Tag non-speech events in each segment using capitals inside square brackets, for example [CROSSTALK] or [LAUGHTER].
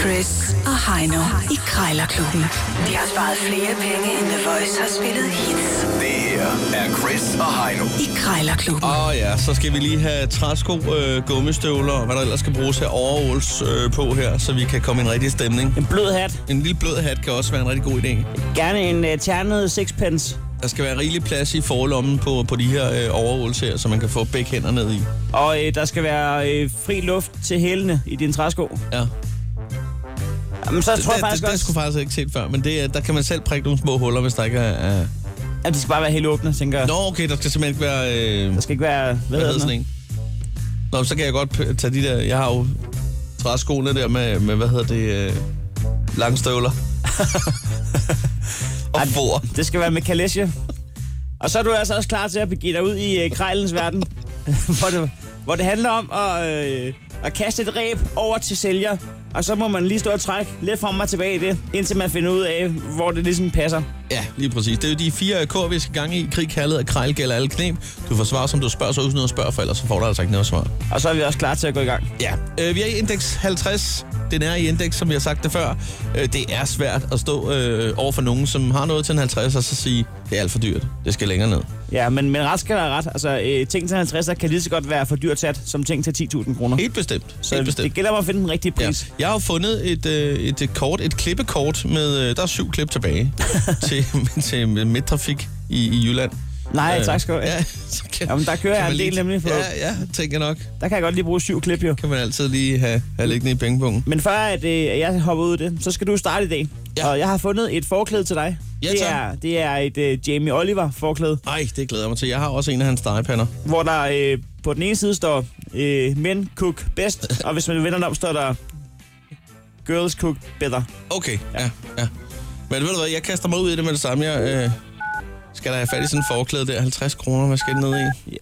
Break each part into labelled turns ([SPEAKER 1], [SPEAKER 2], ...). [SPEAKER 1] Chris og Heino i Krejlerklubben. De har sparet flere penge, end The Voice har spillet hits
[SPEAKER 2] Det her er Chris og Heino.
[SPEAKER 1] i Krejlerklubben.
[SPEAKER 3] Åh oh ja, så skal vi lige have træsko, øh, gummistøvler og hvad der ellers skal bruges her overalls øh, på her, så vi kan komme i en rigtig stemning.
[SPEAKER 4] En blød hat.
[SPEAKER 3] En lille blød hat kan også være en rigtig god idé.
[SPEAKER 4] Gerne en øh, ternet sixpence.
[SPEAKER 3] Der skal være rigelig plads i forlommen på, på de her øh, overalls her, så man kan få begge hænder ned i.
[SPEAKER 4] Og øh, der skal være øh, fri luft til hælene i din træsko.
[SPEAKER 3] Ja.
[SPEAKER 4] Jamen, så tror
[SPEAKER 3] det,
[SPEAKER 4] jeg
[SPEAKER 3] det,
[SPEAKER 4] faktisk
[SPEAKER 3] det, det
[SPEAKER 4] også,
[SPEAKER 3] skulle faktisk ikke set før, men det, er- der kan man selv prikke nogle små huller, hvis der ikke er... Øh...
[SPEAKER 4] at de skal bare være helt åbne, tænker jeg.
[SPEAKER 3] Nå, okay, der skal simpelthen ikke være... Øh...
[SPEAKER 4] Der skal ikke være, hvad,
[SPEAKER 3] Hvad
[SPEAKER 4] hedder
[SPEAKER 3] hedder sådan
[SPEAKER 4] det?
[SPEAKER 3] en? Nå, men så kan jeg godt p- tage de der... Jeg har jo træskoene der med, med hvad hedder det... Øh... Langstøvler.
[SPEAKER 4] [LAUGHS]
[SPEAKER 3] og
[SPEAKER 4] Ej,
[SPEAKER 3] for.
[SPEAKER 4] Det skal være med kalesje. Og så er du altså også klar til at begive dig ud i øh, krejlens verden, [LAUGHS] hvor, det, hvor det handler om at, øh, at kaste et ræb over til sælger. Og så må man lige stå og trække lidt frem og tilbage i det, indtil man finder ud af, hvor det ligesom passer.
[SPEAKER 3] Ja, lige præcis. Det er jo de fire kår, vi skal gang i. Krig, kærlighed og krejl gælder alle knep. Du får svar, som du spørger, så uden noget at spørge, for ellers så får du altså ikke noget svar.
[SPEAKER 4] Og så er vi også klar til at gå i gang.
[SPEAKER 3] Ja, øh, vi er i indeks 50. Den er i indeks, som vi har sagt det før. Øh, det er svært at stå øh, over for nogen, som har noget til en 50, og så sige, det er alt for dyrt. Det skal længere ned.
[SPEAKER 4] Ja, men, men ret skal være ret. Altså, øh, ting til 50 kan lige så godt være for dyrt sat, som ting til 10.000 kroner.
[SPEAKER 3] Helt bestemt. Helt
[SPEAKER 4] Så
[SPEAKER 3] bestemt.
[SPEAKER 4] det gælder om at finde den rigtige
[SPEAKER 3] Ja.
[SPEAKER 4] pris.
[SPEAKER 3] Jeg har jo fundet et, øh, et øh, kort, et klippekort med, øh, der er syv klip
[SPEAKER 4] [LAUGHS]
[SPEAKER 3] tilbage til, til midtrafik i, i Jylland.
[SPEAKER 4] Nej,
[SPEAKER 3] Øh,
[SPEAKER 4] tak skal du have.
[SPEAKER 3] Ja, [LAUGHS] så kan,
[SPEAKER 4] Jamen, der kører
[SPEAKER 3] kan
[SPEAKER 4] jeg
[SPEAKER 3] man
[SPEAKER 4] en del
[SPEAKER 3] lige-
[SPEAKER 4] nemlig på.
[SPEAKER 3] Ja, ja, tænker jeg nok.
[SPEAKER 4] Der kan jeg godt lige bruge syv klip, jo.
[SPEAKER 3] Kan man altid lige have, have liggende i pengepunkten.
[SPEAKER 4] Men før at, øh, jeg hopper ud i det, så skal du starte i dag.
[SPEAKER 3] Ja.
[SPEAKER 4] Og jeg har fundet et forklæde til dig.
[SPEAKER 3] Ja,
[SPEAKER 4] det,
[SPEAKER 3] tak.
[SPEAKER 4] er, det er et øh, Jamie Oliver forklæde,
[SPEAKER 3] Ej, det glæder jeg mig til. Jeg har også en af hans stegepander.
[SPEAKER 4] hvor der øh, på den ene side står øh, Men cook
[SPEAKER 3] [LAUGHS]
[SPEAKER 4] best, og hvis man vender den om, står der Girls cook better.
[SPEAKER 3] Okay, ja, ja. Men ved du hvad, jeg kaster mig ud i det med det samme. Jeg øh, skal da have fat i sådan en forklæde der. 50 kroner, hvad skal det ned i?
[SPEAKER 4] Ja.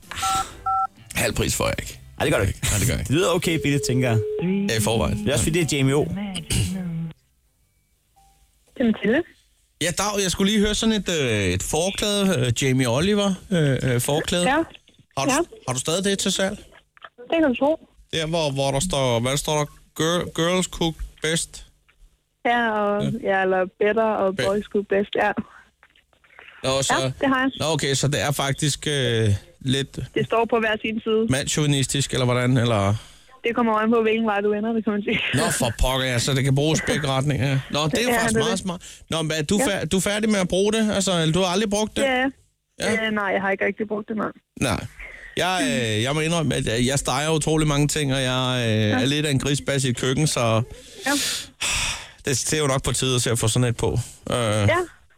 [SPEAKER 3] Halv pris får jeg ikke.
[SPEAKER 4] Ej, det gør du ikke.
[SPEAKER 3] Nej, det gør jeg ikke.
[SPEAKER 4] Det lyder okay billigt, tænker jeg.
[SPEAKER 3] Jeg er i forvejen.
[SPEAKER 4] Det er også fordi, det er Jamie O.
[SPEAKER 5] Det er Mathilde.
[SPEAKER 3] Ja, Dag, jeg skulle lige høre sådan et, øh, et forklæde, øh, Jamie Oliver øh, øh, forklæde.
[SPEAKER 5] Ja,
[SPEAKER 3] har, du,
[SPEAKER 5] ja.
[SPEAKER 3] har du stadig det til salg?
[SPEAKER 5] det kan du tro.
[SPEAKER 3] Der, hvor, hvor der står, hvad står der? Girl, girls cook best.
[SPEAKER 5] Ja, og, ja, eller Better og
[SPEAKER 3] Be-
[SPEAKER 5] Boys School Best. Ja.
[SPEAKER 3] Nå, så,
[SPEAKER 5] ja, det har jeg.
[SPEAKER 3] Nå, okay, så det er faktisk øh, lidt
[SPEAKER 5] Det står på hver sin side.
[SPEAKER 3] mandsjuvenistisk, eller hvordan? Eller...
[SPEAKER 5] Det kommer an på, hvilken vej du ender, det kan man sige. [LAUGHS]
[SPEAKER 3] Nå, for pokker, ja, så det kan bruges begge retninger. Nå, det er jo
[SPEAKER 5] Ja,
[SPEAKER 3] faktisk
[SPEAKER 5] det er
[SPEAKER 3] meget
[SPEAKER 5] det.
[SPEAKER 3] smart. Nå, men er du, fær- du er færdig med at bruge det? Altså, eller du har aldrig brugt det?
[SPEAKER 5] Ja,
[SPEAKER 3] Ja.
[SPEAKER 5] ja. Øh, nej, jeg har ikke rigtig brugt det, nej. [LAUGHS]
[SPEAKER 3] Nej. Jeg, øh, jeg må indrømme, at jeg jeg steger utrolig mange ting, og jeg øh, er lidt af en grisbas i et køkken, så
[SPEAKER 5] Ja.
[SPEAKER 3] det, det er jo nok på tide at se at få sådan et på. Øh,
[SPEAKER 5] Ja.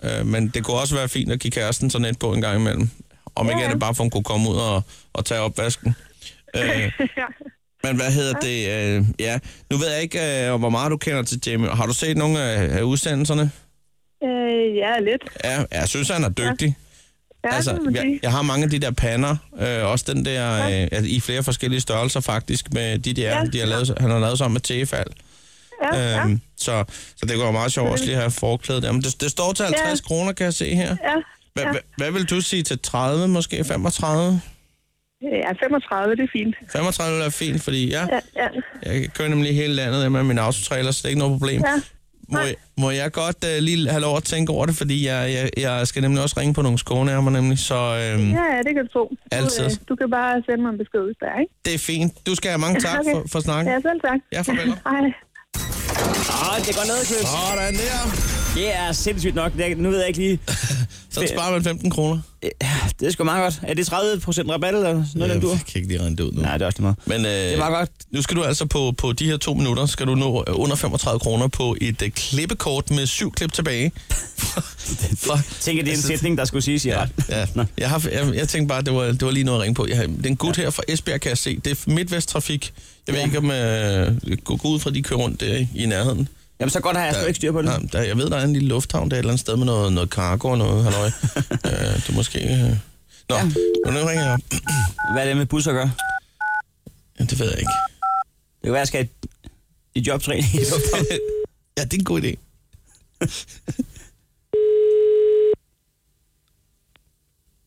[SPEAKER 3] øh, men det kunne også være fint at give kæresten sådan et på en gang imellem. Om ikke
[SPEAKER 5] Ja.
[SPEAKER 3] andet bare for, at hun kunne komme ud og, og tage opvasken. Øh,
[SPEAKER 5] ja.
[SPEAKER 3] men hvad hedder det? Øh, ja, nu ved jeg ikke, øh, hvor meget du kender til Jamie. Har du set nogle af, af udsendelserne?
[SPEAKER 5] Øh, ja, lidt.
[SPEAKER 3] Ja, jeg synes, han er dygtig.
[SPEAKER 5] Ja, det må
[SPEAKER 3] Altså,
[SPEAKER 5] man
[SPEAKER 3] jeg,
[SPEAKER 5] sige.
[SPEAKER 3] jeg har mange af de der pander, øh, også den der, øh, altså, i flere forskellige størrelser faktisk, med de der, ja.
[SPEAKER 5] Ja.
[SPEAKER 3] de har lavet, han har lavet sammen med tefald.
[SPEAKER 5] Ja, ja.
[SPEAKER 3] Øhm, så, så det går meget sjovt også lige at have forklædet der. Men det, det står til 50 ja.
[SPEAKER 5] Ja.
[SPEAKER 3] kroner, kan jeg se her.
[SPEAKER 5] Ja.
[SPEAKER 3] Hva,
[SPEAKER 5] Ja.
[SPEAKER 3] hva, hvad vil du sige til 30, måske 35?
[SPEAKER 5] Øh, Ja, 35, det er fint.
[SPEAKER 3] 35 vil være fint, fordi ja,
[SPEAKER 5] Ja, ja.
[SPEAKER 3] jeg kører nemlig hele landet med min autotrailer, så det er ikke noget problem.
[SPEAKER 5] Ja.
[SPEAKER 3] Må, jeg- må jeg godt uh, lige have lov at tænke over det, fordi jeg, jeg, jeg skal nemlig også ringe på nogle skånærmer nemlig, så øhm, ja.
[SPEAKER 5] Ja, ja, det kan du tro. Du,
[SPEAKER 3] Altid.
[SPEAKER 5] øh, du kan bare sende mig en besked, hvis der er, ikke?
[SPEAKER 3] det er fint. Du skal have mange tak
[SPEAKER 5] Okay.
[SPEAKER 3] for, for snakken.
[SPEAKER 5] Ja, selv tak.
[SPEAKER 3] Ja, farvel.
[SPEAKER 5] Hej.
[SPEAKER 4] Åh, det går ned, Chris.
[SPEAKER 3] Sådan der.
[SPEAKER 4] Det er sindssygt nok. Det er- Nu ved jeg ikke lige.
[SPEAKER 3] Så sparer man 15 kroner.
[SPEAKER 4] Det er sgu meget godt. Er det 30% rabat eller sådan noget, ja,
[SPEAKER 3] Øh, jeg
[SPEAKER 4] du har?
[SPEAKER 3] kan ikke lige rende det ud nu.
[SPEAKER 4] Nej, det er også lige meget.
[SPEAKER 3] Men øh,
[SPEAKER 4] Det er meget godt.
[SPEAKER 3] nu skal du altså på, på de her to minutter, skal du nå øh, under 35 kroner på et øh, klippekort med syv klip
[SPEAKER 4] [LAUGHS]
[SPEAKER 3] tilbage. Fra,
[SPEAKER 4] Tænk, at det er en
[SPEAKER 3] Altså,
[SPEAKER 4] sætning, der skulle siges, ja.
[SPEAKER 3] Ja, ja. Jeg, har, jeg, jeg tænkte bare, at det var, det var lige noget at ringe på. Jeg har, den gut her fra Esbjerg, kan jeg se, det er Midtvesttrafik. Jeg ved ikke, om øh, gå gå ud fra, at de kører rundt der i nærheden.
[SPEAKER 4] Jamen, så godt har jeg sgu ikke styr på det.
[SPEAKER 3] Nej, der, jeg ved, der er en lille lufthavn, der er et eller andet sted med noget, noget cargo og noget, halløj.
[SPEAKER 4] [LAUGHS]
[SPEAKER 3] øh, det er måske... Øh... Nå, nu ringer jeg op.
[SPEAKER 4] Hvad er det med bus at gøre?
[SPEAKER 3] Ja, det ved jeg ikke.
[SPEAKER 4] Det kan være, jeg skal i- i jobtræning. i lufthavnen.
[SPEAKER 3] [LAUGHS] ja, det er en god idé.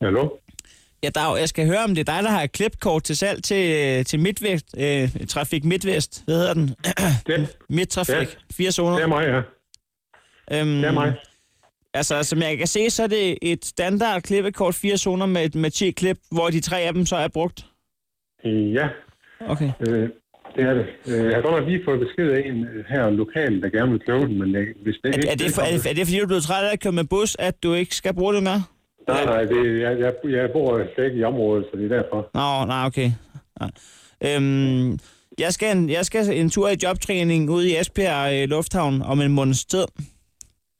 [SPEAKER 6] Hallo?
[SPEAKER 4] Ja, Dag, jeg skal høre, om det er dig, der har et klipkort til salg til, til Midtvest, øh, Trafik Midtvest, hvad hedder den? [CLEARS THROAT]
[SPEAKER 6] Det,
[SPEAKER 4] Midttrafik,
[SPEAKER 6] Ja.
[SPEAKER 4] 400.
[SPEAKER 6] det er mig, ja.
[SPEAKER 4] Øhm,
[SPEAKER 6] Det er mig.
[SPEAKER 4] Altså, som jeg kan se, så er det et standard klippekort 4 zoner med et med 10 klip, hvor de tre af dem så er brugt.
[SPEAKER 6] Ja,
[SPEAKER 4] Okay.
[SPEAKER 6] øh, det er det. Øh, Jeg har godt nok lige fået besked af en øh, her lokal, der gerne vil købe den, men jeg, hvis det
[SPEAKER 4] Er,
[SPEAKER 6] ikke...
[SPEAKER 4] er, det for, er, det, er det fordi, du er blevet træt af at køre med bus, at du ikke skal bruge det mere?
[SPEAKER 6] Nej, nej, det, jeg, jeg, jeg bor slet ikke i området, så det er derfor.
[SPEAKER 4] Nå, nej, okay. Nej. Øhm, jeg, skal en, jeg skal en tur i jobtræning ude i Esbjerg øh, Lufthavn om en måneds tid,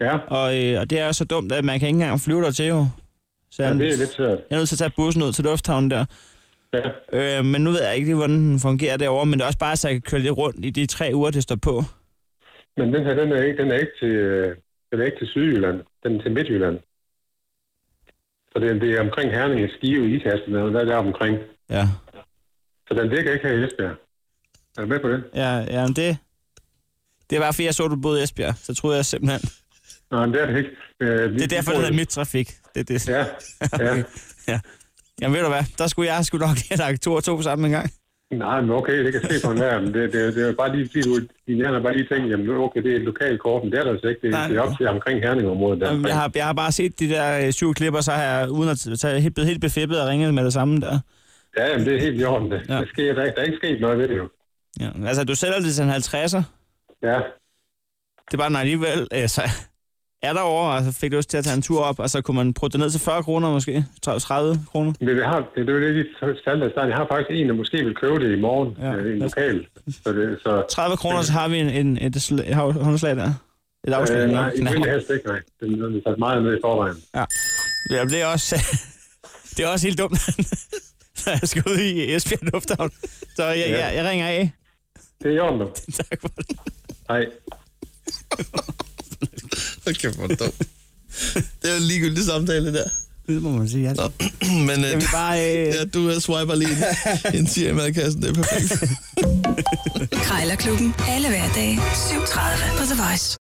[SPEAKER 6] Ja,
[SPEAKER 4] og, øh, og det er så dumt, at man kan ikke engang flyve der til, jo. Så
[SPEAKER 6] ja
[SPEAKER 4] jeg,
[SPEAKER 6] det er lidt svært.
[SPEAKER 4] jeg er nødt til at tage bussen ud til Lufthavnen der.
[SPEAKER 6] Ja.
[SPEAKER 4] Øh, men nu ved jeg ikke lige, hvordan den fungerer derovre, men det er også bare, så jeg kan køre lidt rundt i de tre uger, det står på.
[SPEAKER 6] Men den her, den er ikke, den er ikke til, øh, den er ikke til Sydjylland. Den er til Midtjylland. Så det, det er omkring Herning, Skive, Itasten, og der er der omkring.
[SPEAKER 4] Ja.
[SPEAKER 6] Så den ligger ikke her i Esbjerg. Er du med på det?
[SPEAKER 4] Ja, ja, men det... Det var fordi, jeg så, du boede i Esbjerg. Så troede jeg simpelthen...
[SPEAKER 6] Nej, det er det ikke. Øh, vi-
[SPEAKER 4] Det er derfor,
[SPEAKER 6] vi
[SPEAKER 4] det
[SPEAKER 6] bor-
[SPEAKER 4] hedder mit trafik. Det, er det. [LAUGHS]
[SPEAKER 6] Ja, ja.
[SPEAKER 4] Jamen ved du hvad, der skulle jeg skulle nok have lagt to og to sammen en gang.
[SPEAKER 6] Nej, men okay, det kan jeg se på en vær, men det, det, det er bare lige, fordi du, din hjerne har bare lige tænkt, jamen okay, det er et lokalt kort, men det er der altså ikke. Det,
[SPEAKER 4] Nej.
[SPEAKER 6] det er op til omkring Herningområdet. Der.
[SPEAKER 4] Jamen, jeg, har, jeg har bare set de der øh, syv klipper, så har jeg uden at så er jeg helt- blevet helt befippet og ringet med det samme der.
[SPEAKER 6] Ja, jamen, det er helt i orden. Det.
[SPEAKER 4] Ja.
[SPEAKER 6] Ja. Det sker, der, er- der er ikke sket noget ved det jo.
[SPEAKER 4] Ja. Altså, du sælger det til en 50'er.
[SPEAKER 6] Ja,
[SPEAKER 4] Det er bare, når alligevel øh, så [LAUGHS] er der over, og så fik du lyst til at tage en tur op, og så kunne man prutte det ned til 40 kroner måske, 30 kroner.
[SPEAKER 6] men det, har, det, det er jo det, de talte af starten. Jeg har faktisk en, der måske vil købe det i morgen,
[SPEAKER 4] Ja.
[SPEAKER 6] ja. øh, en lokal. Så det, så,
[SPEAKER 4] 30 kroner, så har vi en, en, et, sl- et hav- håndslag der. Et afslag.
[SPEAKER 6] øh,
[SPEAKER 4] der.
[SPEAKER 6] nej, det vil jeg helst ikke, nej. Den den er sat meget ned i forvejen.
[SPEAKER 4] Ja, men det er også, [LAUGHS] det er også helt dumt, [LAUGHS] når jeg skal ud i Esbjerg Lufthavn. Så jeg,
[SPEAKER 6] Ja.
[SPEAKER 4] jeg, jeg ringer af.
[SPEAKER 6] Det er i
[SPEAKER 4] [LAUGHS]
[SPEAKER 6] orden, du.
[SPEAKER 4] Tak for det.
[SPEAKER 6] Nej.
[SPEAKER 3] Hold kæft, hvor dumt. [LAUGHS] Det er jo en ligegyldig samtale, det der.
[SPEAKER 4] Det må man sige, ja.
[SPEAKER 3] Nå, [CLEARS THROAT] men øh,
[SPEAKER 4] Jeg vil bare... Øh,
[SPEAKER 3] ja, du øh, swiper lige
[SPEAKER 4] [LAUGHS]
[SPEAKER 3] en- en tier i madkassen, det er perfekt.
[SPEAKER 1] Krejlerklubben. Alle hverdage. 7.30 på The Voice.